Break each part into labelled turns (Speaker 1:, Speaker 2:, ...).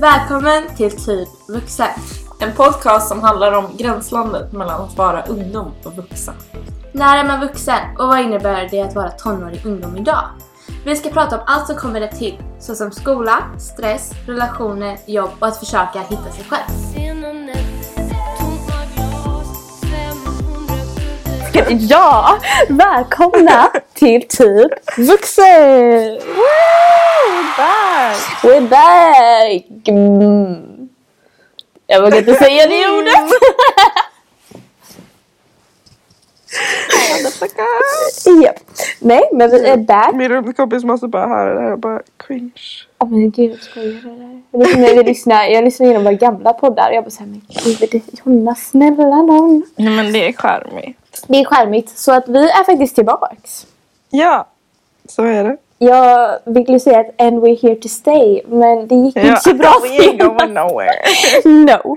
Speaker 1: Välkommen till Typ vuxen.
Speaker 2: En podcast som handlar om gränslandet mellan att vara ungdom och vuxen.
Speaker 1: När är man vuxen och vad innebär det att vara tonårig ungdom idag? Vi ska prata om allt som kommer det till, såsom skola, stress, relationer, jobb och att försöka hitta sig själv.
Speaker 3: Ja, välkomna till typ vuxen! Woo, back. We're back! Mm. Jag vågar inte säga det ordet. ja. Nej, men vi är back.
Speaker 4: Min rumskompis måste bara höra det här och bara cringe.
Speaker 3: Åh men gud, skojar du eller? Men liksom när vi lyssnar, jag lyssnar igenom våra gamla poddar. Jag bara såhär, men gud Jonna, snälla nån.
Speaker 4: Nej men det är charmigt.
Speaker 3: Det är charmigt, så att vi är faktiskt tillbaks.
Speaker 4: Ja, så är det.
Speaker 3: Jag ville säga att and we're here to stay men det gick inte så bra
Speaker 4: We ain't going nowhere.
Speaker 3: No.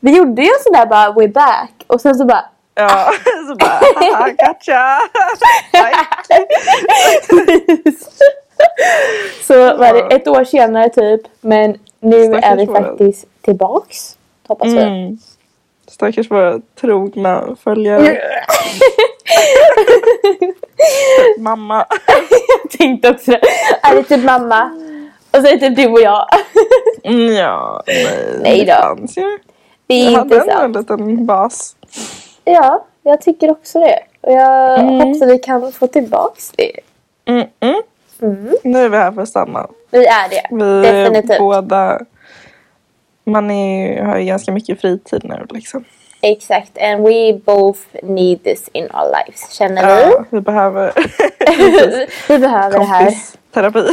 Speaker 3: Vi gjorde ju en sån där bara we're back och sen så bara
Speaker 4: Ja, så bara haha, gotcha.
Speaker 3: Så var det ett år senare typ men nu
Speaker 4: Stackars
Speaker 3: är vi
Speaker 4: våra-
Speaker 3: faktiskt tillbaks. Hoppas vi.
Speaker 4: Mm. Stackars våra trogna följare. Mamma.
Speaker 3: Jag tänkte också det. Är det typ mamma? Och så är det typ du och jag.
Speaker 4: Mm, Ja, nej.
Speaker 3: Nej då.
Speaker 4: Det fanns ju.
Speaker 3: Det är
Speaker 4: Jag hade
Speaker 3: inte
Speaker 4: ändå en
Speaker 3: sant.
Speaker 4: liten bas.
Speaker 3: Ja, jag tycker också det. Och jag
Speaker 4: Mm.
Speaker 3: hoppas att vi kan få tillbaks det.
Speaker 4: Mm, mm.
Speaker 3: Mm.
Speaker 4: Nu är vi här för att stanna.
Speaker 3: Vi är det.
Speaker 4: Vi är
Speaker 3: Definitivt.
Speaker 4: båda... Man är, har ju ganska mycket fritid nu liksom.
Speaker 3: Exakt, and we both need this in our lives, känner vi.
Speaker 4: Ja, vi behöver
Speaker 3: vi behöver det här.
Speaker 4: kompisterapi.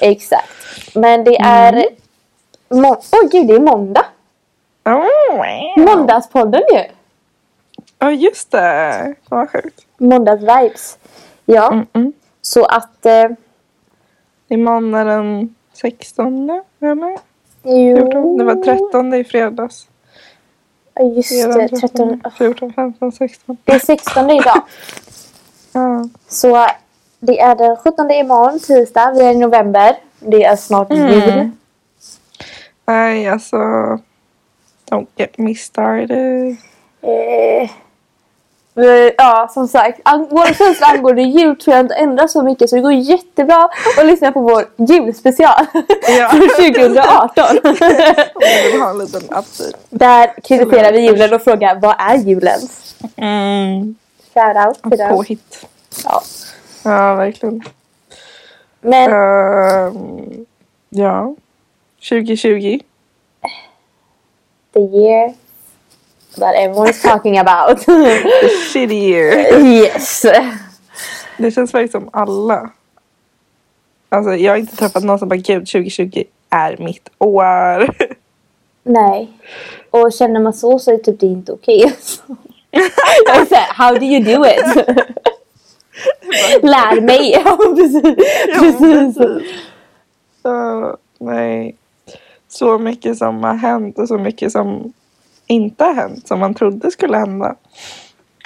Speaker 3: Exakt. Men det är...
Speaker 4: Mm.
Speaker 3: Må- Åh gud, det är måndag!
Speaker 4: Oh, Ja,
Speaker 3: Måndagspodden ju!
Speaker 4: just det. Fan, Vad sjukt. Mm,
Speaker 3: Måndagsvibes. Ja,
Speaker 4: Mm-mm.
Speaker 3: så att... Eh,
Speaker 4: Imorgon är den 16. Eller?
Speaker 3: jo...
Speaker 4: 14. Det var 13 i fredags.
Speaker 3: Ja, Just det, Ah. 13...
Speaker 4: 14, 15, 16.
Speaker 3: Det är 16 idag.
Speaker 4: Ja.
Speaker 3: Så det är den 17 imorgon, tisdag. Vi är i november. Det är snart
Speaker 4: Mm.
Speaker 3: jul.
Speaker 4: Nej, alltså. Don't get me started.
Speaker 3: Eh, eh, ja, som sagt. An- våra känslor angående jul tror jag inte ändras så mycket så det går jättebra att lyssna på vår julspecial
Speaker 4: Ja.
Speaker 3: från 2018.
Speaker 4: Om du vill ha en liten update.
Speaker 3: Där kritiserar vi julen och frågar vad är julens?
Speaker 4: Mm.
Speaker 3: Shoutout till den.
Speaker 4: Påhitt.
Speaker 3: Ja.
Speaker 4: Ja, verkligen.
Speaker 3: Men
Speaker 4: Ehm, ja. 2020.
Speaker 3: the year that everyone is talking about.
Speaker 4: The shitty year.
Speaker 3: yes.
Speaker 4: Det känns faktiskt som alla. Alltså jag har inte träffat någon som bara gud 2020 är mitt år.
Speaker 3: Nej. Och känner man så så är typ det inte okej. Jag är så här, How do you do it? Lär mig! Ja, precis. precis.
Speaker 4: Så, Alltså, nej. Så mycket som har hänt och så mycket som inte har hänt som man trodde skulle hända.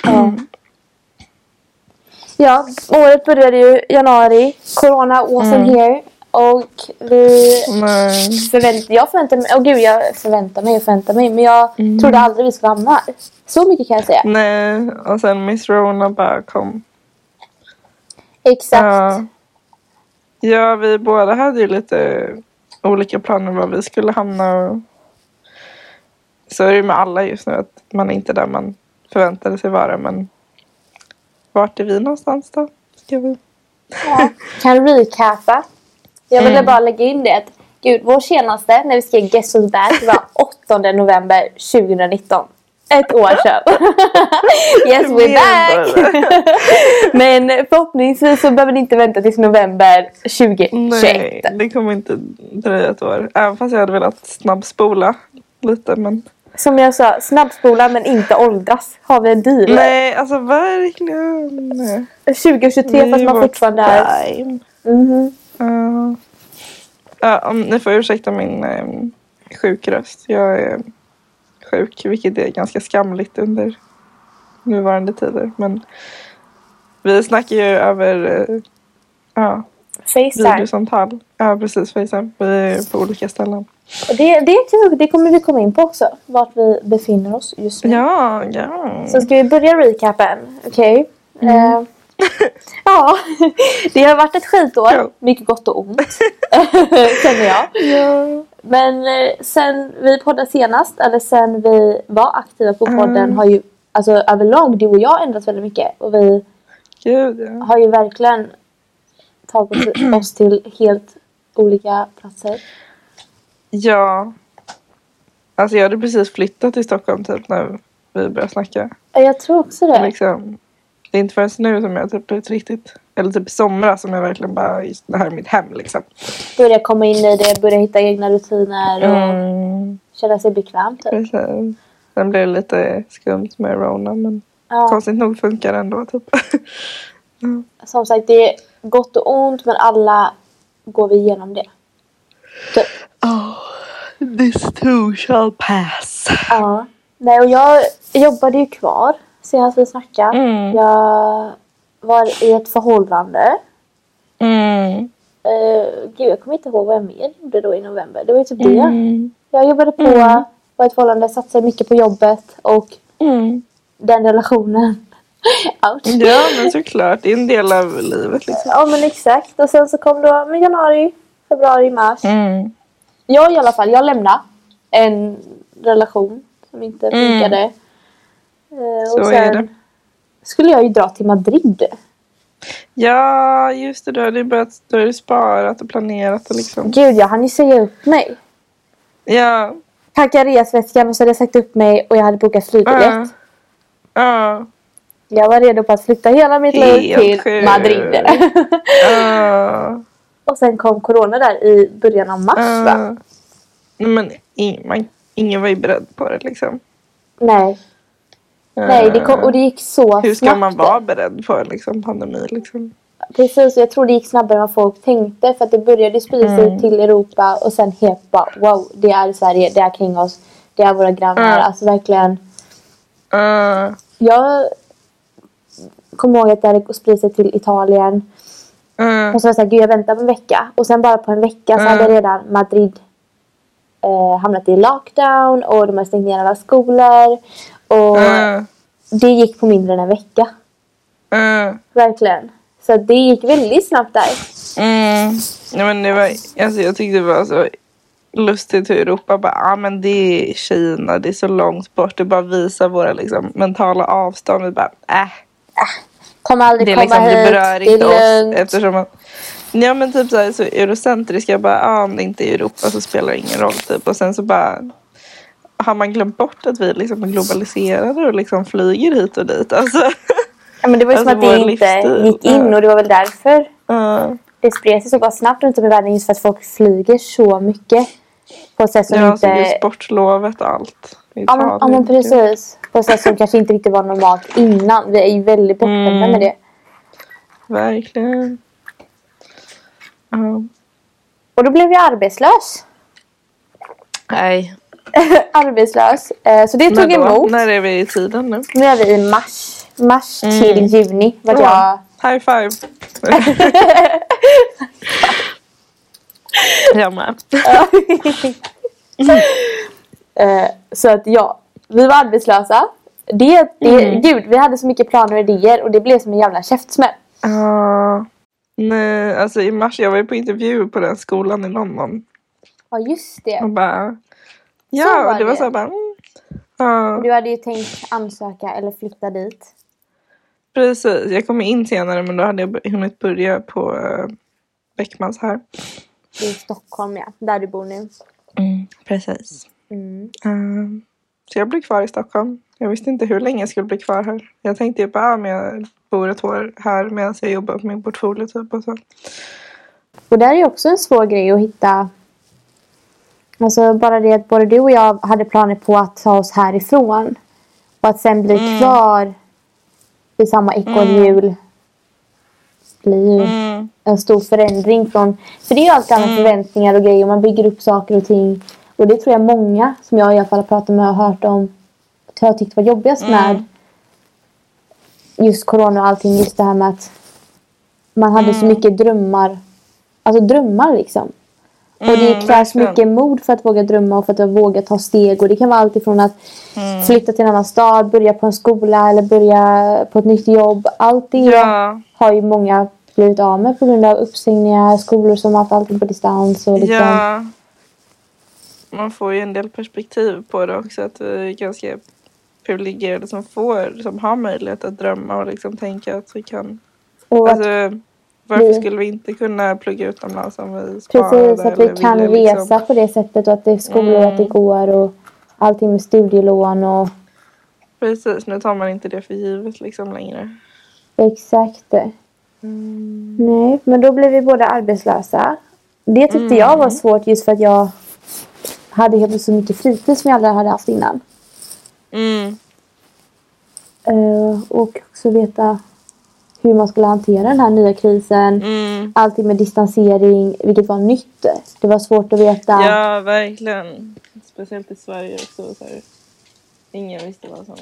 Speaker 3: Mm. Ja, året började ju i januari. Corona wasn't here. Och vi
Speaker 4: Men,
Speaker 3: förvänt, jag förväntar mig, åh gud jag förväntar mig och förväntar mig men jag trodde aldrig vi skulle hamna här. Så mycket kan jag säga.
Speaker 4: nej. Och sen Miss Rona bara kom.
Speaker 3: Exakt.
Speaker 4: Ja. ja, vi båda hade ju lite olika planer var vi skulle hamna. Och... Så är det ju med alla just nu att man är inte där man förväntade sig vara. Men vart är vi någonstans då? Ska vi?
Speaker 3: Kan recapa. Jag
Speaker 4: Mm.
Speaker 3: ville bara lägga in det att gud vår senaste när vi skrev Guess Who's Back var 8 november 2019. Ett år sedan. yes we're back! Men förhoppningsvis så behöver ni inte vänta tills november 2021.
Speaker 4: Nej, det kommer inte dröja ett år. Även fast jag hade velat snabbspola lite. Men...
Speaker 3: Som jag sa, snabbspola men inte åldras. Har vi en deal?
Speaker 4: Nej, alltså verkligen.
Speaker 3: 2023
Speaker 4: Det är
Speaker 3: fast man
Speaker 4: vårt
Speaker 3: fortfarande är...
Speaker 4: prime.
Speaker 3: Mhm.
Speaker 4: Ja. Ja, om, ni får ursäkta min um, sjukröst. Jag är sjuk, vilket är ganska skamligt under nuvarande tider. Men vi snackar ju över eh, ja,
Speaker 3: Facetime.
Speaker 4: videosamtal. Ja, precis. Facetime. Vi är på olika ställen.
Speaker 3: Och det, det är kul. Det kommer vi komma in på också. Vart vi befinner oss just nu.
Speaker 4: Ja, ja.
Speaker 3: Så ska vi börja recapen. Okej.
Speaker 4: Mm.
Speaker 3: Eh, ja, det har varit ett skitår.
Speaker 4: Ja.
Speaker 3: Mycket gott och ont. känner jag. Men eh, sen vi poddade senast, eller sen vi var aktiva på podden
Speaker 4: Mm.
Speaker 3: har ju alltså, överlag du och jag ändrats väldigt mycket. Och vi
Speaker 4: Gud, ja.
Speaker 3: har ju verkligen tagit oss till helt olika platser.
Speaker 4: Ja. Alltså jag hade precis flyttat till Stockholm typ när vi började snacka.
Speaker 3: Ja, Jag tror också det.
Speaker 4: Liksom, det är inte förrän nu som jag typ blivit riktigt... Eller typ i somras som jag verkligen bara... just, Det här är mitt hem liksom.
Speaker 3: Börja komma in i det, börja hitta egna rutiner och
Speaker 4: Mm,
Speaker 3: känna sig bekväm. Typ.
Speaker 4: precis. Sen blev det lite skumt med Rona men
Speaker 3: Ja,
Speaker 4: konstigt nog funkar det ändå typ.
Speaker 3: som sagt, det är gott och ont men alla går vi igenom det.
Speaker 4: This too shall pass.
Speaker 3: Ja. Nej, och jag jobbade ju kvar senast vi snackade.
Speaker 4: Mm.
Speaker 3: Jag var i ett förhållande.
Speaker 4: Mm.
Speaker 3: Eh, gud, jag kommer inte ihåg vad jag mer gjorde då i november. Det var ju typ det.
Speaker 4: Mm.
Speaker 3: Jag jobbade på,
Speaker 4: Mm.
Speaker 3: var i ett förhållande, satsade mycket på jobbet och
Speaker 4: Mm.
Speaker 3: den relationen. Ouch.
Speaker 4: Ja men såklart, det är en del av livet liksom.
Speaker 3: Ja men exakt. Och sen så kom då men januari, februari, mars.
Speaker 4: Mm.
Speaker 3: Jag i alla fall, jag lämnade en relation som inte
Speaker 4: Mm.
Speaker 3: funkade. Eh, och
Speaker 4: Så
Speaker 3: sen
Speaker 4: är det.
Speaker 3: skulle jag ju dra till Madrid.
Speaker 4: Ja just det, du har ju börjat, du har ju sparat och planerat och liksom.
Speaker 3: Gud, jag hann ju säga upp mig.
Speaker 4: Ja.
Speaker 3: Packa resväskan och så hade jag sagt upp mig och jag hade bokat flygbiljett.
Speaker 4: Ja. Ja.
Speaker 3: Jag var redo på att flytta hela mitt liv
Speaker 4: Helt
Speaker 3: till
Speaker 4: sjukt.
Speaker 3: Madrid.
Speaker 4: Ja.
Speaker 3: och sen kom corona där i början av mars va?
Speaker 4: Ja. ah. Nej, Men ing- man, ingen var ju beredd på det liksom. Eh,
Speaker 3: Nej, nej det kom, och det gick så
Speaker 4: Hur ska
Speaker 3: snabbt.
Speaker 4: man vara beredd på en liksom, pandemi liksom?
Speaker 3: Precis, och jag tror det gick snabbare än vad folk tänkte för att det började sprida sig
Speaker 4: Mm.
Speaker 3: till Europa och sen helt bara wow, det är Sverige, det är kring oss, det är våra grannar.
Speaker 4: Mm.
Speaker 3: Alltså verkligen.
Speaker 4: Ja.
Speaker 3: Jag kommer ihåg att det hade spridit sig till Italien
Speaker 4: Ja.
Speaker 3: och så var jag såhär, gud jag väntar på en vecka och sen bara på en vecka så
Speaker 4: Mm.
Speaker 3: hade redan Madrid eh, hamnat i lockdown och de hade stängt ner alla skolor och
Speaker 4: Ja.
Speaker 3: det gick på mindre än en vecka.
Speaker 4: Ja.
Speaker 3: Verkligen. Så det gick väldigt snabbt där.
Speaker 4: Mm. Nej, men det var, alltså, jag tyckte det var så lustigt hur Europa bara, ah, men det är Kina, det är så långt bort, det bara visar våra liksom, mentala avstånd. Vi bara, äh,
Speaker 3: Kommer aldrig
Speaker 4: det, är
Speaker 3: komma
Speaker 4: liksom,
Speaker 3: hit,
Speaker 4: det berör
Speaker 3: det
Speaker 4: inte
Speaker 3: är lugnt.
Speaker 4: oss. Eftersom man, ja men typ så, här, så eurocentrisk, jag bara, ah, om det inte är Europa så spelar det ingen roll typ. Och sen så bara har man glömt bort att vi liksom är globaliserade och liksom flyger hit och dit. Alltså,
Speaker 3: Ja, men det var ju som
Speaker 4: Alltså,
Speaker 3: att det
Speaker 4: vår
Speaker 3: inte
Speaker 4: livsstil.
Speaker 3: gick in
Speaker 4: Ja.
Speaker 3: och det var väl därför
Speaker 4: uh,
Speaker 3: det spred sig så pass snabbt runt om i världen just för att folk flyger så mycket. På ett sätt som
Speaker 4: ja, alltså, just
Speaker 3: inte...
Speaker 4: sportlovet och allt.
Speaker 3: Ja men, ja men precis. På ett sätt som kanske inte riktigt var normalt innan. Vi är ju väldigt bortskämda
Speaker 4: Mm.
Speaker 3: med det.
Speaker 4: Verkligen. Ja.
Speaker 3: Och då blev jag arbetslös.
Speaker 4: Nej.
Speaker 3: arbetslös. Eh, Så det
Speaker 4: När,
Speaker 3: tog
Speaker 4: då?
Speaker 3: emot.
Speaker 4: När är vi i tiden nu?
Speaker 3: Nu är vi i mars. Mars
Speaker 4: Mm.
Speaker 3: till juni var
Speaker 4: Åh,
Speaker 3: jag...
Speaker 4: High five! jag med.
Speaker 3: Eh, Så att ja, vi var arbetslösa. Det, det, Gud, vi hade så mycket planer och idéer och det blev som en jävla käftsmäll.
Speaker 4: Ja. nej, alltså i mars, jag var ju på intervju på den skolan i London.
Speaker 3: Ja, just det.
Speaker 4: Och bara...
Speaker 3: Så
Speaker 4: Ja,
Speaker 3: var
Speaker 4: och det var
Speaker 3: det.
Speaker 4: så här bara... Mm, ja,
Speaker 3: Du hade ju tänkt ansöka eller flytta dit.
Speaker 4: precis. Jag kom in senare men då hade jag hunnit börja på eh, Beckmans här.
Speaker 3: I Stockholm, ja. Där du bor nu.
Speaker 4: Precis.
Speaker 3: Mm.
Speaker 4: Ehm, Så jag blev kvar i Stockholm. Jag visste inte hur länge jag skulle bli kvar här. Jag tänkte ju bara, ah, men jag bor ett år här medan jag jobbar på min portfolio typ och så.
Speaker 3: Och där är ju också en svår grej att hitta. Alltså bara det att både du och jag hade planer på att ta oss härifrån. Och att sen bli
Speaker 4: Mm.
Speaker 3: kvar i samma ekorrhjul. blir ju
Speaker 4: Mm.
Speaker 3: en stor förändring från... För det är ju alltid andra förväntningar och grejer. Man bygger upp saker och ting. Och det tror jag många som jag i alla fall har pratat med och hört om har tyckt var jobbigast
Speaker 4: Mm.
Speaker 3: med
Speaker 4: Mm.
Speaker 3: just corona och allting. Just det här med att man hade så mycket drömmar alltså drömmar liksom. Och det
Speaker 4: Mm,
Speaker 3: krävs
Speaker 4: verkligen.
Speaker 3: mycket mod för att våga drömma och för att våga ta steg. Och det kan vara allt ifrån att
Speaker 4: Mm.
Speaker 3: flytta till en annan stad, börja på en skola eller börja på ett nytt jobb. Allt det
Speaker 4: Ja,
Speaker 3: har ju många blivit av med på grund av uppsägningar, skolor som har haft allting på distans. Och liksom,
Speaker 4: ja. Man får ju en del perspektiv på det också. Att vi är ganska privilegierade som får, som har möjlighet att drömma och liksom tänka att vi kan.
Speaker 3: och att,
Speaker 4: Alltså, varför
Speaker 3: vi-
Speaker 4: skulle vi inte kunna plugga utomlands om vi sparade?
Speaker 3: precis, att vi
Speaker 4: eller
Speaker 3: kan
Speaker 4: ville,
Speaker 3: resa
Speaker 4: liksom? Mm.
Speaker 3: på det sättet och att det är skolor och att det går. Och allting med studielån och
Speaker 4: Precis, nu tar man inte det för givet liksom längre.
Speaker 3: Exakt.
Speaker 4: Mm.
Speaker 3: Nej, men då blev vi båda arbetslösa. Det tyckte jag
Speaker 4: Mm.
Speaker 3: var svårt just för att jag hade helt plötsligt så mycket fritid som jag aldrig hade haft innan.
Speaker 4: Mm,
Speaker 3: Eh, och också veta hur man skulle hantera den här nya krisen.
Speaker 4: Mm.
Speaker 3: Allting med distansering, vilket var nytt. Det var svårt att veta.
Speaker 4: Ja, verkligen. Speciellt i Sverige också. Så här. Ingen visste vad som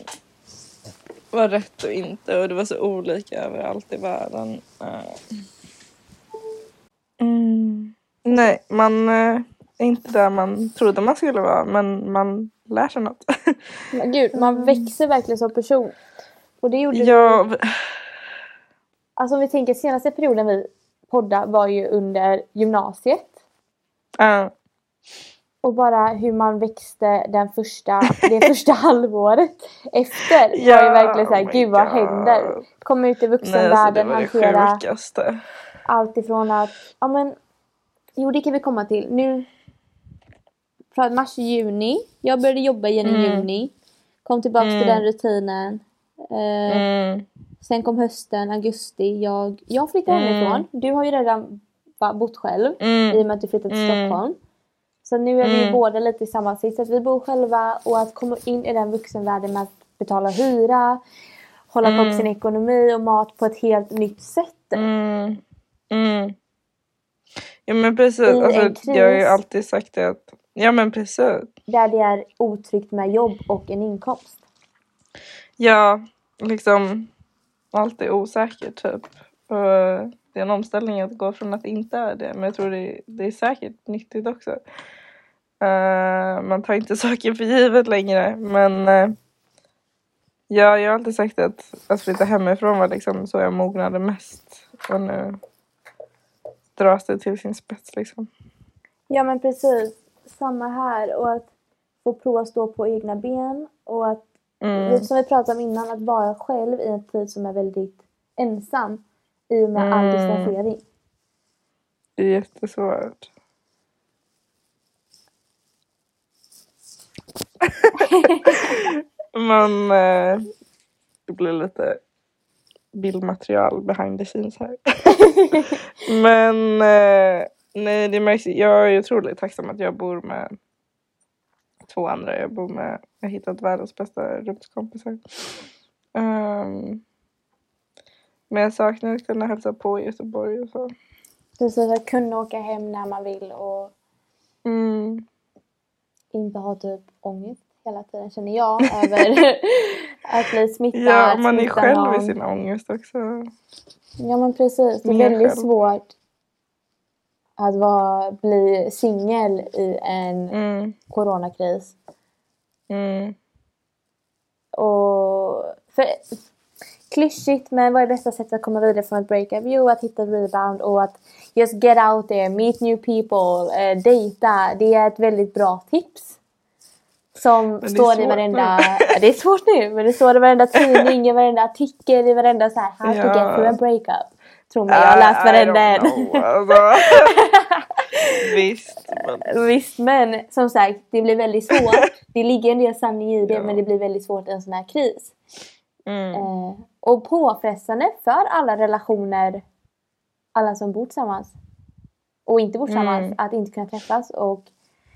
Speaker 4: var rätt och inte. Och det var så olika överallt i världen. Eh. Mm. Nej, man eh, är inte där man trodde man skulle vara. Men man lär sig något.
Speaker 3: Men gud, man växer verkligen som person. Och det gjorde
Speaker 4: ja, eh, v-
Speaker 3: Alltså om vi tänker senaste perioden vi poddade var ju under gymnasiet.
Speaker 4: ja.
Speaker 3: Och bara hur man växte den första, det första halvåret efter. var
Speaker 4: Ja,
Speaker 3: ju verkligen såhär,
Speaker 4: oh my
Speaker 3: gud vad
Speaker 4: God.
Speaker 3: händer? Komma ut i
Speaker 4: Nej, alltså, det
Speaker 3: vuxenvärlden,
Speaker 4: var det
Speaker 3: hantera
Speaker 4: sjukaste.
Speaker 3: allt ifrån att, ja men, jo det kan vi komma till. Nu, från mars, juni, jag började jobba igen
Speaker 4: Mm.
Speaker 3: i juni. Kom tillbaka till den rutinen. Eh,
Speaker 4: Mm.
Speaker 3: Sen kom hösten, augusti, jag, jag flyttade
Speaker 4: Mm.
Speaker 3: hemifrån. Du har ju redan ba- bott själv i
Speaker 4: Mm.
Speaker 3: och med att du flyttade till
Speaker 4: Mm.
Speaker 3: Stockholm. Så nu är vi ju
Speaker 4: Mm.
Speaker 3: båda lite i samma sits. Att vi bor själva och att komma in i den vuxenvärlden med att betala hyra, hålla koll på sin ekonomi och mat på ett helt nytt sätt.
Speaker 4: Mm. Mm. Ja men precis.
Speaker 3: I en
Speaker 4: Alltså, jag har ju
Speaker 3: kris.
Speaker 4: alltid sagt det att... Ja men precis.
Speaker 3: Där det är otryggt med jobb och en inkomst.
Speaker 4: Ja, liksom. Allt är osäkert typ. Och det är en omställning att gå från att det inte är det. Men jag tror det är, det är säkert nyttigt också. Eh, man tar inte saker för givet längre. Men eh, ja, jag har alltid sagt att att flytta hemifrån var liksom så jag mognade mest. Och nu dras det till sin spets liksom.
Speaker 3: Ja men precis. Samma här och att få prova att stå på egna ben och att
Speaker 4: Mm.
Speaker 3: Som vi pratade om innan, att vara själv i en tid som är väldigt ensam i och med all
Speaker 4: Mm.
Speaker 3: distansering.
Speaker 4: Det är jättesvårt. Men eh, det blir lite bildmaterial behind the scenes här. Men eh, nej, det märks. Jag är otroligt tacksam att jag bor med två andra. Jag bor med, jag har hittat världens bästa rumskompisar. Ehm, men jag saknar att kunna hälsa på i Göteborg och så.
Speaker 3: Precis, att kunna åka hem när man vill och
Speaker 4: Mm.
Speaker 3: inte ha typ ångest hela tiden känner jag över att bli smittad.
Speaker 4: Ja, man är
Speaker 3: smitta
Speaker 4: själv i
Speaker 3: någon.
Speaker 4: sin ångest också.
Speaker 3: Ja men precis, det är
Speaker 4: Man är
Speaker 3: väldigt
Speaker 4: själv.
Speaker 3: svårt att vara, bli singel i en
Speaker 4: Mm.
Speaker 3: coronakris.
Speaker 4: Mm.
Speaker 3: Och för, klyschigt, men vad är bästa sättet att komma vidare från ett breakup? Jo, att hitta ett rebound och att just get out there, meet new people, eh, dejta. Det är ett väldigt bra tips. Som
Speaker 4: det är
Speaker 3: står i
Speaker 4: svårt
Speaker 3: varenda... Ja, det är svårt nu, men det står i varenda tidning, i varenda artikel, i varenda så här, how to
Speaker 4: Ja. Ah,
Speaker 3: get through a breakup. Tro mig, jag har läst
Speaker 4: I- I
Speaker 3: varenda
Speaker 4: don't
Speaker 3: en.
Speaker 4: know, Alltså. Visst. Men,
Speaker 3: Visst, men som sagt, det blir väldigt svårt. Det ligger en del sanning i det, men det blir väldigt svårt i en sån här kris.
Speaker 4: mm.
Speaker 3: Eh, och påfrestande för alla relationer, alla som bor tillsammans och inte bor tillsammans,
Speaker 4: Mm.
Speaker 3: att inte kunna träffas. Och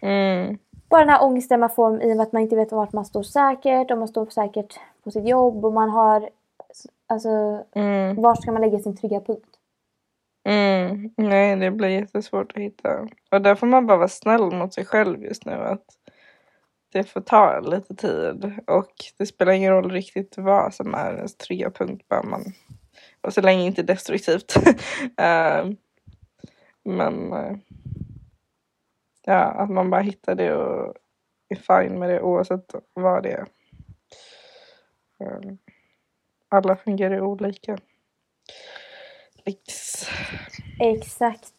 Speaker 4: Mm.
Speaker 3: bara den här ångesten man får i och med att man inte vet vart man står säkert och man står säkert på sitt jobb och man har... Alltså,
Speaker 4: Mm.
Speaker 3: var ska man lägga sin trygga punkt?
Speaker 4: Mm. Nej, det blir jättesvårt att hitta. Och där får man bara vara snäll mot sig själv just nu. Att det får ta lite tid. Och det spelar ingen roll riktigt vad som är ens trygga punkt. Bara man... Och så länge inte destruktivt. Ehm, Eh, Men eh, ja, att man bara hittar det och är fine med det oavsett vad det är. Eh, Alla fungerar olika. Ex.
Speaker 3: Exakt.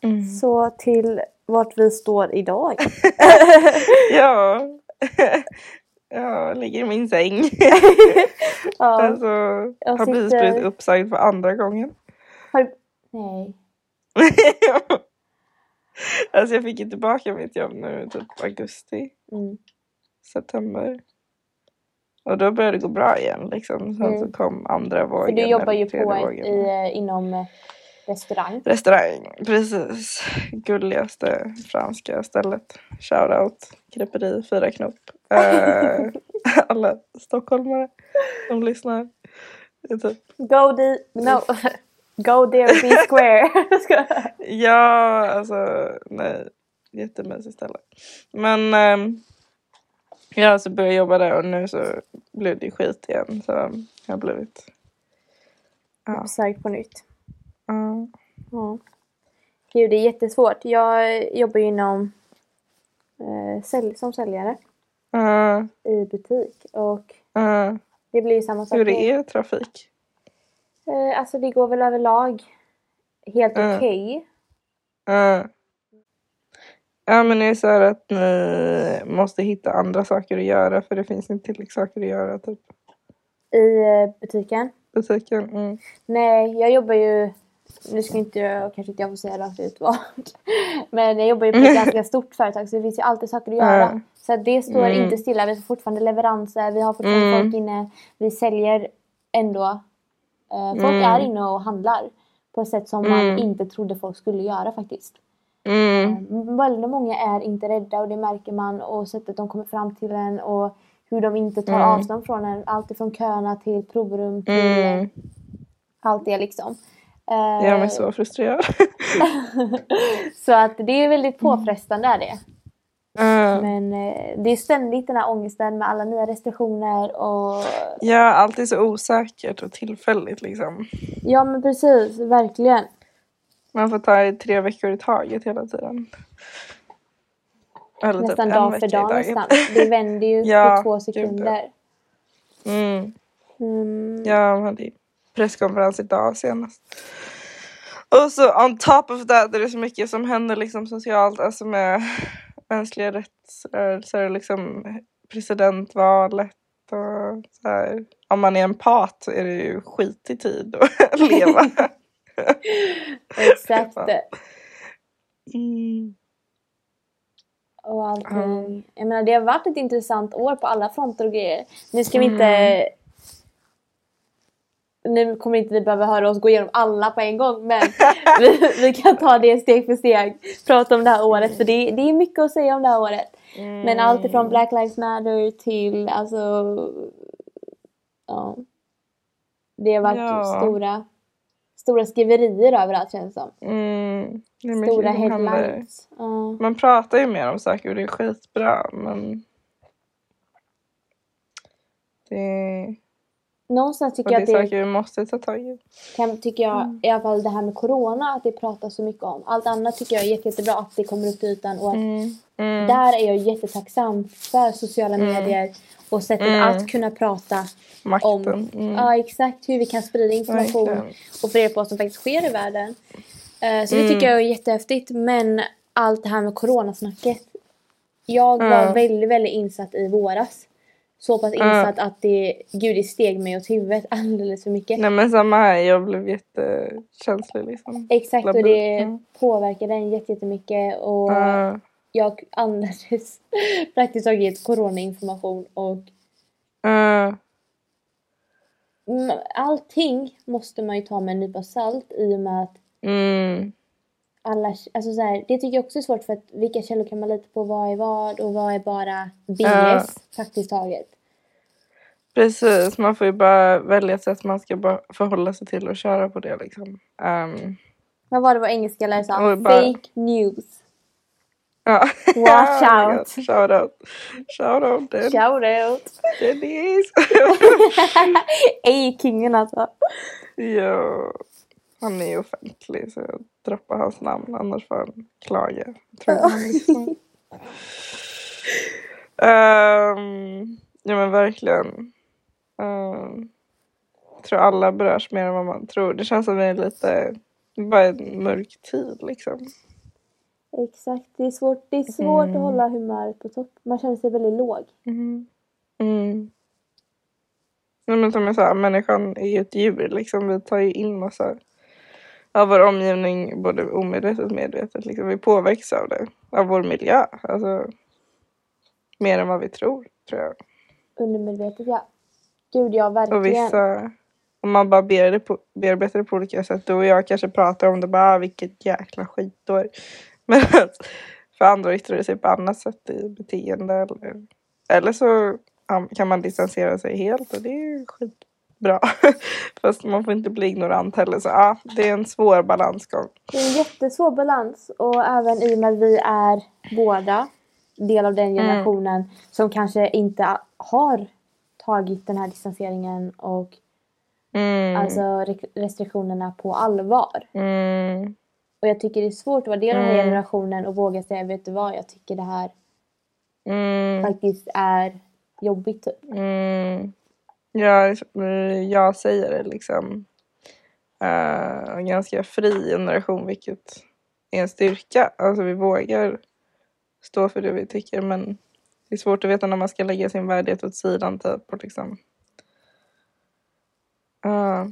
Speaker 4: Mm.
Speaker 3: Så till vart vi står idag.
Speaker 4: Ja. ja, ligger i min säng.
Speaker 3: Ja.
Speaker 4: alltså,
Speaker 3: jag
Speaker 4: har precis
Speaker 3: sitter-
Speaker 4: blivit uppsagd för andra gången.
Speaker 3: Har... Nej.
Speaker 4: alltså jag fick ju tillbaka mitt jobb nu i typ augusti,
Speaker 3: Mm.
Speaker 4: september. Och då började det gå bra igen liksom. Sen
Speaker 3: Mm.
Speaker 4: så kom andra vågen.
Speaker 3: För du jobbar
Speaker 4: eller
Speaker 3: ju
Speaker 4: tredje
Speaker 3: på ett,
Speaker 4: vågen.
Speaker 3: i, eh, inom eh, restaurang.
Speaker 4: Restaurang, precis. Gulligaste franska stället. Shoutout, kreperi, fyra knop. Eh, alla stockholmare som lyssnar. Det är Typ.
Speaker 3: Go di... No. Go there be square.
Speaker 4: Ja, alltså nej. Jättemysigt ställe. Men ehm, ja, så började jag alltså jobba där och nu så blev det skit igen. Så jag har blivit... Ja.
Speaker 3: Uppsagd på nytt.
Speaker 4: ja.
Speaker 3: Ja. Gud, det är jättesvårt. Jag jobbar ju inom eh, sälj, som säljare
Speaker 4: Ja,
Speaker 3: i butik och
Speaker 4: ja.
Speaker 3: det blir ju samma sak.
Speaker 4: Hur
Speaker 3: med-
Speaker 4: är trafik?
Speaker 3: Eh, alltså det går väl överlag helt
Speaker 4: Mm.
Speaker 3: okej.
Speaker 4: Ja. Ja men det är så här att ni måste hitta andra saker att göra för det finns inte tillräckligt saker att göra typ
Speaker 3: i eh, butiken.
Speaker 4: butiken. Mm.
Speaker 3: Nej, jag jobbar ju... Nu ska inte jag, kanske inte jag får säga rakt ut vad. Men jag jobbar ju på ett ganska stort företag så det finns ju alltid saker att göra.
Speaker 4: Mm.
Speaker 3: Så att det står
Speaker 4: Mm.
Speaker 3: inte stilla. Vi får fortfarande leveranser, vi har fortfarande
Speaker 4: Mm.
Speaker 3: folk inne. Vi säljer ändå. Eh, folk
Speaker 4: Mm.
Speaker 3: är inne och handlar på ett sätt som man
Speaker 4: Mm.
Speaker 3: inte trodde folk skulle göra faktiskt.
Speaker 4: Mm.
Speaker 3: Mm, Väldigt många är inte rädda och det märker man och sättet de kommer fram till en och hur de inte tar
Speaker 4: Mm.
Speaker 3: avstånd från en. Allt ifrån köerna till provrum till eh,
Speaker 4: Mm.
Speaker 3: allt det liksom. Eh,
Speaker 4: Jag är mig så frustrerad.
Speaker 3: så att det är väldigt påfrestande är det.
Speaker 4: Ja.
Speaker 3: Men eh, det är ständigt den här ångesten med alla nya restriktioner och
Speaker 4: Ja, allt är så osäkert och tillfälligt liksom.
Speaker 3: ja men precis, verkligen.
Speaker 4: Man får ta i tre veckor i taget hela tiden. Eller typ
Speaker 3: Nästan
Speaker 4: en
Speaker 3: dag
Speaker 4: vecka
Speaker 3: för
Speaker 4: i
Speaker 3: dag
Speaker 4: taget.
Speaker 3: nästan. Det vänder ju
Speaker 4: Ja,
Speaker 3: på två
Speaker 4: gud, ja.
Speaker 3: sekunder.
Speaker 4: Mm.
Speaker 3: Mm.
Speaker 4: Ja, de hade ju presskonferens idag senast. Och så on top of that är det så mycket som händer liksom socialt, alltså med mänskliga rättsrörelser och liksom presidentvalet och så här. Om man är en pat är det ju skit i tid att leva.
Speaker 3: Exakt.
Speaker 4: Fan. Mm.
Speaker 3: Och allting.
Speaker 4: Ja.
Speaker 3: Jag menar, det har varit ett intressant år på alla fronter och grejer. Nu ska vi
Speaker 4: Mm.
Speaker 3: inte... Nu kommer inte ni behöva höra oss gå igenom alla på en gång men vi, vi kan ta det steg för steg. Prata om det här året för det, det är mycket att säga om det här året.
Speaker 4: Mm.
Speaker 3: Men allt ifrån Black Lives Matter till alltså... Ja. Det har varit
Speaker 4: Ja.
Speaker 3: stora, stora skriverier överallt känns det som.
Speaker 4: Mm. Det är mycket
Speaker 3: Stora
Speaker 4: som händer.
Speaker 3: headlines. Ja.
Speaker 4: Man pratar ju mer om saker och det är skitbra men det
Speaker 3: Någonstans
Speaker 4: Och
Speaker 3: tycker
Speaker 4: det
Speaker 3: jag
Speaker 4: är
Speaker 3: att det är
Speaker 4: saker vi måste ta tag i.
Speaker 3: kan, tycker jag,
Speaker 4: Mm.
Speaker 3: i alla fall det här med corona, att det pratas så mycket om. Allt annat tycker jag är jätte, jättebra att det kommer upp till ytan. Och att
Speaker 4: Mm.
Speaker 3: Där är jag jättetacksam för sociala medier och sättet
Speaker 4: Mm.
Speaker 3: att kunna prata om
Speaker 4: Makten. Mm.
Speaker 3: ja, exakt hur vi kan sprida information
Speaker 4: Verkligen.
Speaker 3: och få reda på vad som faktiskt sker i världen. Eh, Så det
Speaker 4: Mm.
Speaker 3: tycker jag är jättehäftigt. Men allt det här med coronasnacket. Jag var
Speaker 4: Mm.
Speaker 3: väldigt, väldigt insatt i våras. Så pass
Speaker 4: Mm.
Speaker 3: insatt att det, gud, det steg mig åt huvudet alldeles för mycket.
Speaker 4: Nej men samma här, jag blev jättekänslig liksom.
Speaker 3: Exakt och
Speaker 4: Labil.
Speaker 3: det
Speaker 4: Mm. Ah.
Speaker 3: påverkade en jätte- jättemycket och
Speaker 4: Ja,
Speaker 3: jag andades praktiskt taget coronainformation och
Speaker 4: ja,
Speaker 3: mm, allting måste man ju ta med en nypa salt i och med att
Speaker 4: mm.
Speaker 3: alla, alltså så här, det tycker jag också är svårt för att vilka källor kan man lita på, vad är vad och vad är bara BS
Speaker 4: Ja.
Speaker 3: praktiskt taget.
Speaker 4: Precis, man får ju bara välja ett sätt man ska bara förhålla sig till och köra på det liksom. Ehm,
Speaker 3: Vad var det vår engelska lärare sa?
Speaker 4: Oj, bara-
Speaker 3: Fake news.
Speaker 4: ja.
Speaker 3: Watch
Speaker 4: Oh my
Speaker 3: out.
Speaker 4: God, Shout out. Shout out den.
Speaker 3: Shout out!
Speaker 4: Dennis.
Speaker 3: Ej kingen alltså.
Speaker 4: ja. Han är ju offentlig så jag droppar hans namn annars får han klaga. Tror jag han lyssnar. Ehm, ja men verkligen. Ehm, tror alla berörs mer än vad man tror. Det känns som det är lite, bara en mörk tid liksom.
Speaker 3: Exakt, det är svårt, det är svårt
Speaker 4: Mm.
Speaker 3: att hålla humöret på topp. Man känner sig väldigt låg.
Speaker 4: Mm. Mm. Nej, men som jag sa, människan är ju ett djur. Liksom. Vi tar ju in massa av vår omgivning, både omedvetet och medvetet. Liksom. Vi påverkas av det, av vår miljö. Alltså, mer än vad vi tror, tror jag.
Speaker 3: Undermedvetet, ja. Gud, ja,
Speaker 4: Och
Speaker 3: verkligen.
Speaker 4: vissa, om man bara bearbetar det, på, bearbetar det på olika sätt. Du och jag kanske pratar om det bara, "Ah, vilket jäkla skitår. Men att för andra yttrar det sig på annat sätt i beteende. Eller, eller så ja, kan man distansera sig helt och det är ju skitbra. Fast man får inte bli ignorant heller. Så ja, det är en svår balansgång.
Speaker 3: Det är en jättesvår balans och även i och med att vi är båda del av
Speaker 4: Mm.
Speaker 3: den generationen som kanske inte a- har tagit den här distanseringen och
Speaker 4: Mm.
Speaker 3: alltså re- restriktionerna på allvar.
Speaker 4: Mm.
Speaker 3: Och jag tycker det är svårt att vara del av den här
Speaker 4: Mm.
Speaker 3: generationen och våga säga vet du vad jag tycker det här
Speaker 4: Mm.
Speaker 3: faktiskt är jobbigt. Typ.
Speaker 4: Mm. Jag, jag säger det liksom. Eh, en ganska fri generation vilket är en styrka. Alltså vi vågar stå för det vi tycker men det är svårt att veta när man ska lägga sin värdighet åt sidan typ. Och liksom. Eh,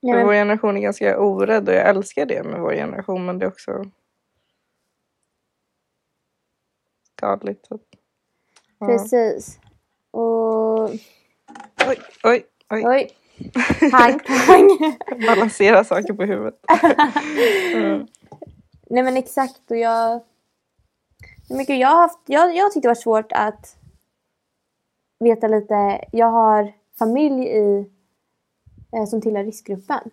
Speaker 3: Nej,
Speaker 4: för
Speaker 3: men,
Speaker 4: Vår generation är ganska orädd och jag älskar det med vår generation men det är också skadligt. Typ. Ja.
Speaker 3: Precis. Och...
Speaker 4: Oj, oj, oj.
Speaker 3: Oj! Pang, pang!
Speaker 4: Balansera saker på huvudet.
Speaker 3: Nej men exakt och jag... Hur mycket jag har haft... Jag, jag tyckte det var svårt att veta lite. Jag har familj i, eh, som tillhör riskgruppen.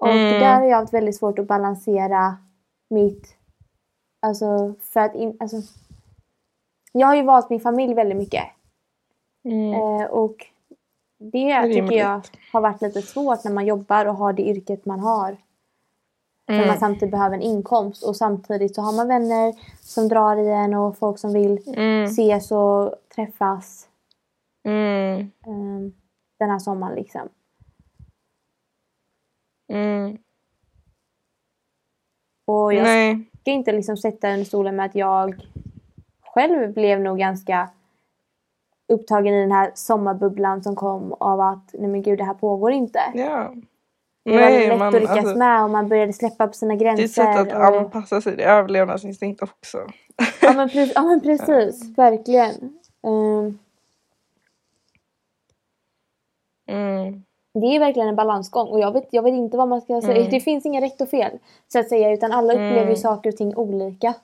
Speaker 3: Och
Speaker 4: Mm.
Speaker 3: där har jag haft väldigt svårt att balansera mitt... Alltså för att... In, alltså, jag har ju valt min familj väldigt mycket. Eh, och det tycker
Speaker 4: Mm. Rimligt.
Speaker 3: jag har varit lite svårt när man jobbar och har det yrket man har. När
Speaker 4: Mm.
Speaker 3: man samtidigt behöver en inkomst och samtidigt så har man vänner som drar i en och folk som vill
Speaker 4: Mm.
Speaker 3: ses och träffas
Speaker 4: Mm.
Speaker 3: ehm, den här sommaren liksom.
Speaker 4: Mm.
Speaker 3: Och jag
Speaker 4: Nej.
Speaker 3: ska inte liksom sätta under stolen med att jag själv blev nog ganska upptagen i den här sommarbubblan som kom av att nej men gud det här pågår inte.
Speaker 4: Ja.
Speaker 3: Det var
Speaker 4: Nej,
Speaker 3: lätt
Speaker 4: man,
Speaker 3: att ryckas
Speaker 4: alltså,
Speaker 3: med och man började släppa på sina
Speaker 4: det är ett
Speaker 3: gränser.
Speaker 4: sätt att
Speaker 3: och...
Speaker 4: anpassa sig. Det är överlevnadsinstinkt också.
Speaker 3: Ja men, pre- ja, men precis, verkligen. Ehm,
Speaker 4: Mm.
Speaker 3: det är verkligen en balansgång och jag vet, jag vet inte vad man ska säga.
Speaker 4: Mm.
Speaker 3: Det finns inget rätt och fel så att säga utan alla upplever ju
Speaker 4: Mm.
Speaker 3: saker och ting olika.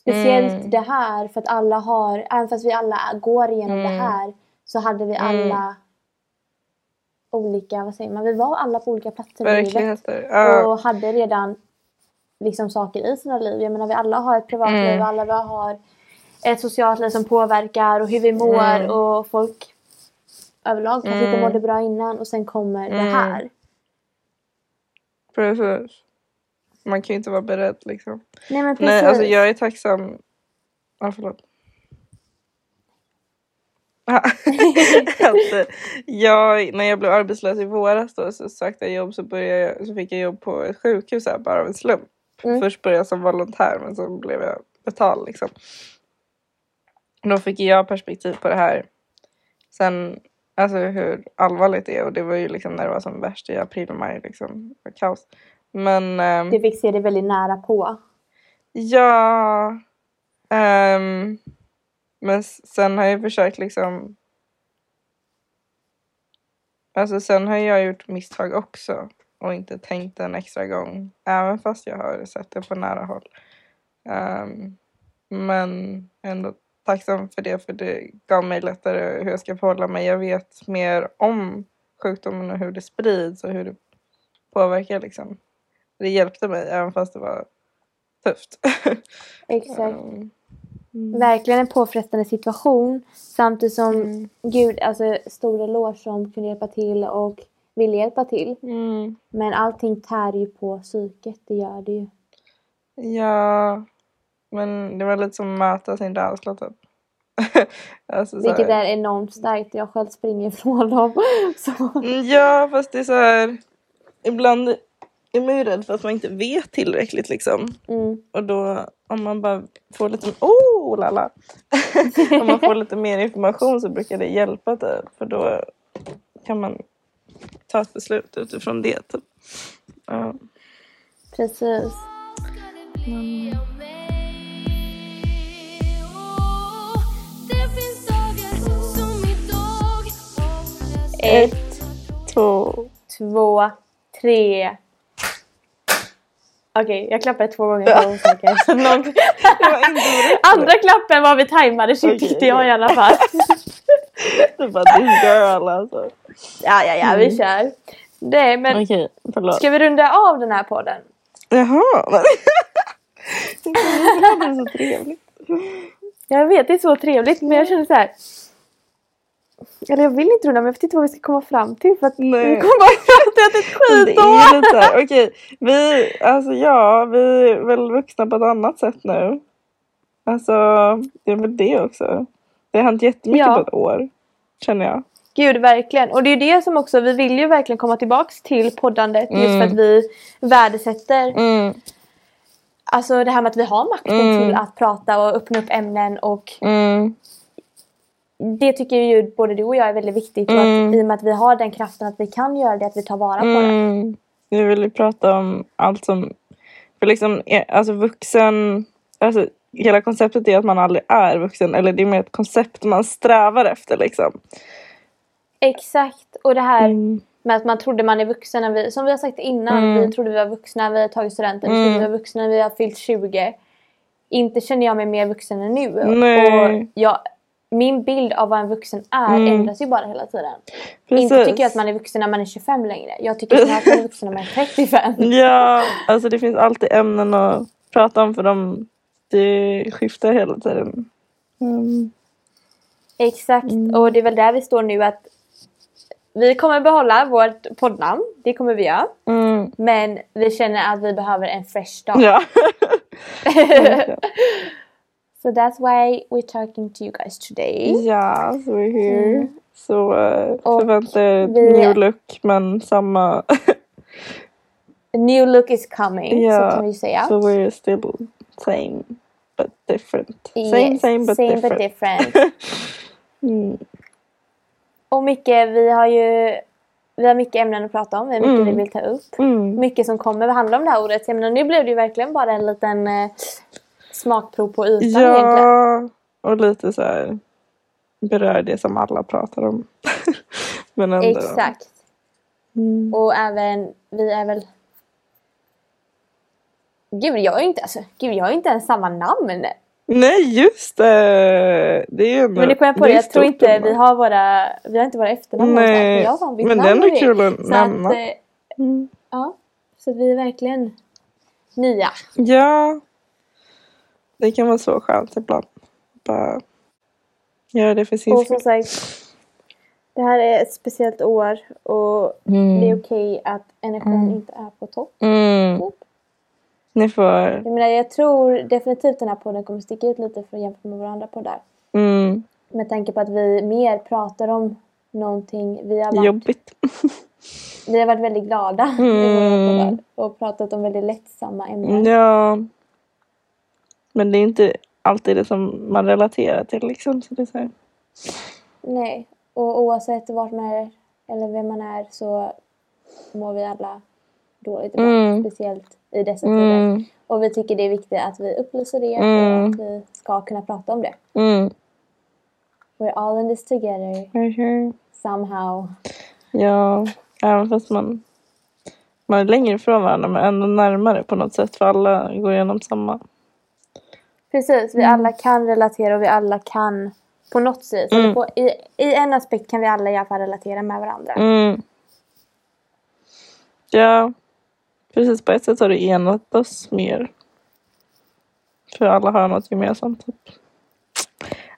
Speaker 3: Speciellt
Speaker 4: Mm.
Speaker 3: det här för att alla har, även fast vi alla går igenom
Speaker 4: Mm.
Speaker 3: det här så hade vi alla
Speaker 4: Mm.
Speaker 3: olika, vad säger man, vi var alla på olika platser i livet.
Speaker 4: Verkligheter. Ja.
Speaker 3: och hade redan liksom saker i sina liv. Jag menar vi alla har ett privatliv
Speaker 4: Mm.
Speaker 3: och alla vi har ett socialt liv som påverkar och hur vi mår
Speaker 4: Mm.
Speaker 3: och folk överlag kanske inte
Speaker 4: Mm.
Speaker 3: mådde bra innan och sen kommer det
Speaker 4: Mm.
Speaker 3: här.
Speaker 4: Precis. Man kan ju inte vara beredd liksom.
Speaker 3: Nej men precis.
Speaker 4: Nej, alltså jag är tacksam. Ja, förlåt. Ah, att, eh, jag, när jag blev arbetslös i våras då, så sökte jag jobb så, började jag, så fick jag jobb på ett sjukhus här, bara av en slump.
Speaker 3: Mm.
Speaker 4: Först började jag som volontär men så blev jag betald liksom. Då fick jag perspektiv på det här. Sen alltså hur allvarligt det är och det var ju liksom när det var som värst i april, maj liksom. Det var kaos. Men... ehm,
Speaker 3: Du fick se det väldigt nära på.
Speaker 4: Ja. ehm, men s- sen har jag försökt liksom. Alltså sen har jag gjort misstag också. Och inte tänkt en extra gång. Även fast jag har sett det på nära håll. Ehm, men ändå tacksam för det. För det gav mig lättare hur jag ska förhålla mig. Jag vet mer om sjukdomen och hur det sprids. Och hur det påverkar liksom. Det hjälpte mig även fast det var tufft.
Speaker 3: Exakt.
Speaker 4: Mm.
Speaker 3: Verkligen en påfrestande situation samtidigt som
Speaker 4: Mm.
Speaker 3: gud alltså stor eloge som kunde hjälpa till och vill hjälpa till.
Speaker 4: Mm.
Speaker 3: Men allting tär ju på psyket, det gör det ju.
Speaker 4: Ja. Men det var lite som att möta sin rädsla typ. alltså, så här-
Speaker 3: Vilket är enormt starkt. Jag själv springer ifrån dem. Så.
Speaker 4: Mm, Ja, fast det är så här. Ibland är man ju rädd för att man inte vet tillräckligt liksom.
Speaker 3: Mm.
Speaker 4: Och då om man bara får lite, oh lala. om man får lite mer information så brukar det hjälpa typ. För då kan man ta ett beslut utifrån det typ. Ja.
Speaker 3: Precis. Ett,
Speaker 4: Två.
Speaker 3: två, tre. Okej, jag klappade två gånger. för osäker.
Speaker 4: Någon- det var inte
Speaker 3: Andra klappen var vi tajmade, så
Speaker 4: Okej,
Speaker 3: tyckte jag i alla fall.
Speaker 4: rätt. Du bara, du girl alltså.
Speaker 3: Ja, ja, ja, vi kör. Mm. Nej, men
Speaker 4: Okej, förlåt.
Speaker 3: ska vi runda av den här podden?
Speaker 4: Jaha. men- det är så trevligt.
Speaker 3: Jag vet, det är så trevligt, men jag känner så här. Eller jag vill inte runda, men jag vet inte vad vi ska komma fram till. För att
Speaker 4: Nej.
Speaker 3: vi kommer bara prata ett
Speaker 4: Det
Speaker 3: skitår.
Speaker 4: är lite så här, okej. Vi, alltså ja, vi är väl vuxna på ett annat sätt nu. Alltså, det är väl det också. Det har hänt jättemycket
Speaker 3: Ja.
Speaker 4: på ett år. Känner jag.
Speaker 3: Gud, verkligen. Och det är ju det som också, vi vill ju verkligen komma tillbaks till poddandet. Just för att vi värdesätter
Speaker 4: Mm,
Speaker 3: alltså det här med att vi har makten
Speaker 4: Mm.
Speaker 3: till att prata och öppna upp ämnen. Och
Speaker 4: mm,
Speaker 3: det tycker ju både du och jag är väldigt viktigt. Och
Speaker 4: Mm.
Speaker 3: att, I och med att vi har den kraften att vi kan göra det, att vi tar vara på det.
Speaker 4: mm. Vi vill ju prata om allt som... För liksom, eh, alltså vuxen... Alltså, hela konceptet är att man aldrig är vuxen. Eller det är mer ett koncept man strävar efter liksom.
Speaker 3: Exakt. Och det här
Speaker 4: Mm.
Speaker 3: med att man trodde man är vuxen. När vi, som vi har sagt innan,
Speaker 4: Mm.
Speaker 3: vi trodde vi var vuxna när vi har tagit studenten. Vi trodde vi var vuxna när vi har fyllt 20. Inte känner jag mig mer vuxen än nu.
Speaker 4: Nej.
Speaker 3: Och jag, min bild av vad en vuxen är
Speaker 4: Mm.
Speaker 3: ändras ju bara hela tiden.
Speaker 4: Precis.
Speaker 3: Inte tycker jag att man är vuxen när man är 25 längre. Jag tycker snarare att man är vuxen när man är 35.
Speaker 4: Ja, alltså det finns alltid ämnen att prata om för de, det skiftar hela tiden. Mm.
Speaker 3: Exakt. Och det är väl där vi står nu att vi kommer behålla vårt poddnamn. Det kommer vi göra.
Speaker 4: Mm.
Speaker 3: Men vi känner att vi behöver en fresh start.
Speaker 4: Ja.
Speaker 3: so that's why we're talking to you guys today.
Speaker 4: ja, so we're here. Mm. Så eh,
Speaker 3: Och
Speaker 4: förvänta er ett
Speaker 3: vi-
Speaker 4: new look men samma.
Speaker 3: A new look is coming,
Speaker 4: Ja,
Speaker 3: så kan vi säga.
Speaker 4: so we're still same but different. Same
Speaker 3: Yes,
Speaker 4: same but
Speaker 3: same
Speaker 4: different.
Speaker 3: but different.
Speaker 4: Mm.
Speaker 3: Och Micke, vi har ju vi har mycket ämnen att prata om. Vi har mycket
Speaker 4: Mm.
Speaker 3: vi vill ta upp.
Speaker 4: Mm.
Speaker 3: Mycket som kommer att handla om det här ordet. Jag menar, nu blev det ju verkligen bara en liten eh, smakprov på ytan egentligen.
Speaker 4: Ja, och lite så här berör det som alla pratar om. men ändå.
Speaker 3: Exakt.
Speaker 4: Mm.
Speaker 3: Och även, vi är väl... Gud, jag har ju inte, alltså, gud, jag har ju inte ens samma namn.
Speaker 4: Nej, just det! Det är ju ändå-
Speaker 3: Men nu kom jag på det,
Speaker 4: är
Speaker 3: jag tror
Speaker 4: stort
Speaker 3: inte
Speaker 4: ändå.
Speaker 3: vi har våra, vi har inte våra efternamn någonstans, men
Speaker 4: Nej,
Speaker 3: jag har fan bytt
Speaker 4: men det är
Speaker 3: namn
Speaker 4: ändå
Speaker 3: nu.
Speaker 4: kul att
Speaker 3: Så att,
Speaker 4: nämna.
Speaker 3: eh,
Speaker 4: Mm.
Speaker 3: ja, så att vi är verkligen nya.
Speaker 4: Ja. Det kan vara så skönt ibland. Bara göra det för sin
Speaker 3: Och
Speaker 4: skull.
Speaker 3: som sagt, det här är ett speciellt år och det är okej att energin inte är på topp.
Speaker 4: Mm.
Speaker 3: Typ.
Speaker 4: Ni får...
Speaker 3: Jag menar, jag tror definitivt den här podden kommer sticka ut lite för jämfört med våra andra poddar.
Speaker 4: Mm.
Speaker 3: Med tanke på att vi mer pratar om någonting vi har varit,
Speaker 4: Jobbigt.
Speaker 3: vi har varit väldigt glada i våra
Speaker 4: Mm.
Speaker 3: poddar och pratat om väldigt lättsamma ämnen.
Speaker 4: Ja. Men det är inte alltid det som man relaterar till liksom. Så det är så här.
Speaker 3: Nej, och oavsett vart man är eller vem man är så mår vi alla dåligt ibland.
Speaker 4: Mm.
Speaker 3: Speciellt i dessa tider.
Speaker 4: Mm.
Speaker 3: Och vi tycker det är viktigt att vi upplyser det och
Speaker 4: Mm.
Speaker 3: att vi ska kunna prata om det.
Speaker 4: Mm.
Speaker 3: We're all in this together
Speaker 4: Mhm.
Speaker 3: somehow.
Speaker 4: Ja, även fast man, man är längre ifrån varandra men ändå närmare på något sätt för alla går igenom samma.
Speaker 3: Precis, vi alla kan relatera och vi alla kan på något sätt.
Speaker 4: Mm.
Speaker 3: Eller på, i, I en aspekt kan vi alla i alla fall relatera med varandra.
Speaker 4: Mm. Ja, precis på ett sätt har det enat oss mer. För alla har något gemensamt. Typ.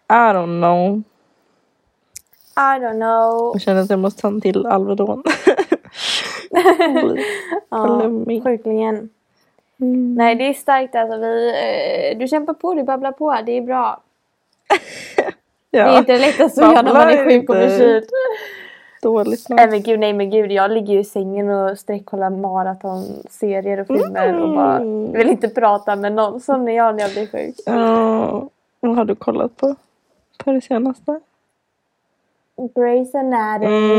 Speaker 4: I don't know.
Speaker 3: I don't know.
Speaker 4: Jag känner att jag måste ta en till Alvedon.
Speaker 3: Ja,
Speaker 4: Flummig.
Speaker 3: sjuklingen. Nej, det är starkt alltså. Vi, eh, du kämpar på, du babblar på. Det är bra. Det är
Speaker 4: Ja,
Speaker 3: inte det lättaste att göra när man
Speaker 4: Babblar
Speaker 3: är sjuk och
Speaker 4: inte.
Speaker 3: förkyld.
Speaker 4: dåligt namn.
Speaker 3: Nej men gud, nej men gud. Jag ligger ju i sängen och sträckkollar maratonserier och filmer och bara
Speaker 4: Mm.
Speaker 3: vill inte prata med någon. Sån är jag när jag blir sjuk.
Speaker 4: Ja, vad har du kollat på? På det senaste?
Speaker 3: Grace Anatomy,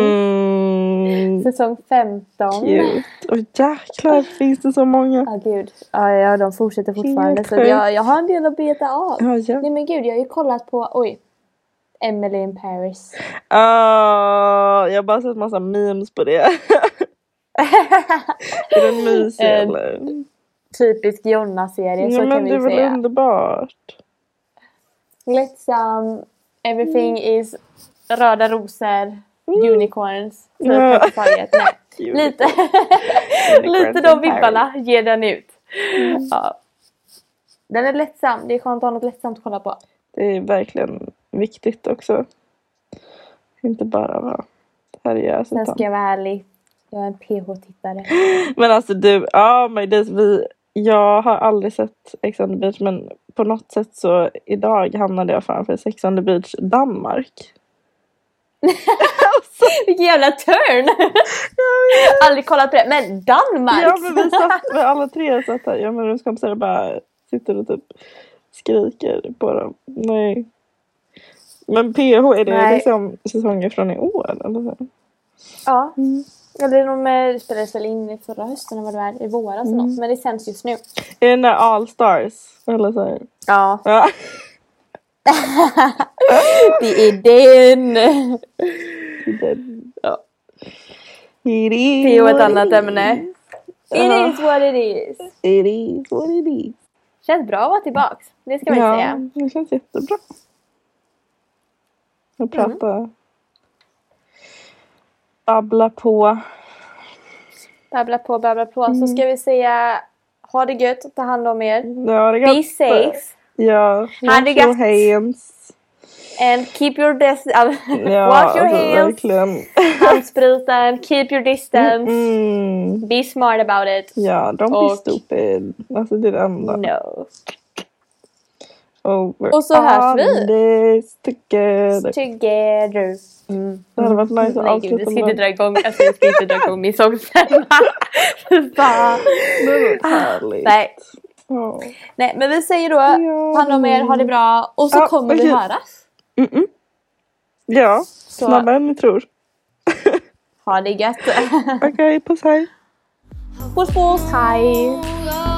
Speaker 4: Mm.
Speaker 3: säsong 15.
Speaker 4: Cute. Och jäklar finns det så många.
Speaker 3: Ja gud, ja, ja de fortsätter fortfarande
Speaker 4: Helt
Speaker 3: så jag, jag har en del att beta av.
Speaker 4: Ja, ja.
Speaker 3: Nej men gud, jag har ju kollat på, oj. Emily in Paris.
Speaker 4: Ah, jag har bara sett massa memes på det. är den mysig
Speaker 3: Eh,
Speaker 4: eller?
Speaker 3: Typisk Jonna-serie, så
Speaker 4: Ja,
Speaker 3: kan
Speaker 4: men
Speaker 3: vi
Speaker 4: det är
Speaker 3: ju
Speaker 4: väl
Speaker 3: säga.
Speaker 4: underbart.
Speaker 3: Lättsam, everything
Speaker 4: Mm.
Speaker 3: is röda rosor, unicorns. Typ
Speaker 4: Ja.
Speaker 3: ja. Nej. Lite, lite de vibbarna ger den ut.
Speaker 4: Mm.
Speaker 3: Ja. Den är lättsam. Det är skönt att ha något lättsamt att kolla på.
Speaker 4: Det är verkligen viktigt också. Inte bara vara seriös.
Speaker 3: Sen
Speaker 4: utan-
Speaker 3: ska jag vara ärlig. Jag är en PH-tittare.
Speaker 4: Men alltså du, ja men det, vi, jag har aldrig sett Ex on the beach men på något sätt så idag hamnade jag framför Sex on the beach Danmark.
Speaker 3: Vilken jävla turn! Aldrig kollat på det. Men Danmark!
Speaker 4: Ja men vi satt, vi alla tre satt här, jag och mina rumskompisar och bara sitter och typ skriker på dem. Nej. Men PH, är det
Speaker 3: Nej.
Speaker 4: liksom säsonger från i år? Eller? så?
Speaker 3: Ja.
Speaker 4: Mm.
Speaker 3: Ja, det är nog med, det spelades väl in i förra hösten eller vad det var, i våras eller
Speaker 4: Mm.
Speaker 3: något. Men det sänds just nu.
Speaker 4: Är det när All Stars? Eller så här.
Speaker 3: Ja,
Speaker 4: Ja.
Speaker 3: det är den!
Speaker 4: Ja. It is
Speaker 3: Det är ju ett
Speaker 4: what it
Speaker 3: annat
Speaker 4: is.
Speaker 3: ämne.
Speaker 4: Ja.
Speaker 3: It is what it is.
Speaker 4: It is what it is.
Speaker 3: Känns bra att vara tillbaks. Det ska man ju
Speaker 4: Ja,
Speaker 3: säga.
Speaker 4: det känns jättebra. Jag pratar. Babbla på.
Speaker 3: Babbla på, babbla på. Så ska vi säga ha det gött, ta hand om er.
Speaker 4: Ja, det är
Speaker 3: Be
Speaker 4: gott.
Speaker 3: safe
Speaker 4: Ja, wash
Speaker 3: det
Speaker 4: your
Speaker 3: gött.
Speaker 4: hands.
Speaker 3: and keep your distance.
Speaker 4: Ja,
Speaker 3: Wash your
Speaker 4: alltså,
Speaker 3: hands.
Speaker 4: Verkligen.
Speaker 3: Handspriten, keep your distance.
Speaker 4: Mm.
Speaker 3: Be smart about it.
Speaker 4: Ja, don't be
Speaker 3: Och-
Speaker 4: stupid. Alltså det är det enda.
Speaker 3: No.
Speaker 4: Oh, we're
Speaker 3: Och så hörs
Speaker 4: on
Speaker 3: vi.
Speaker 4: This together.
Speaker 3: Together. Mm.
Speaker 4: Det hade varit nice att
Speaker 3: Nej gud, vi
Speaker 4: avsluta
Speaker 3: ska inte
Speaker 4: med
Speaker 3: dra igång, alltså, vi ska inte dra igång min sångstämma. Fan.
Speaker 4: något härligt.
Speaker 3: Nej.
Speaker 4: Ja.
Speaker 3: Nej, men vi säger då ta hand om er, ha det bra och så
Speaker 4: Ja,
Speaker 3: kommer vi
Speaker 4: okej.
Speaker 3: höras.
Speaker 4: Mm-mm. Ja,
Speaker 3: Så.
Speaker 4: snabbare än ni tror.
Speaker 3: Ha det gött.
Speaker 4: Okej, puss hej.
Speaker 3: Puss puss, hej!
Speaker 5: Oh,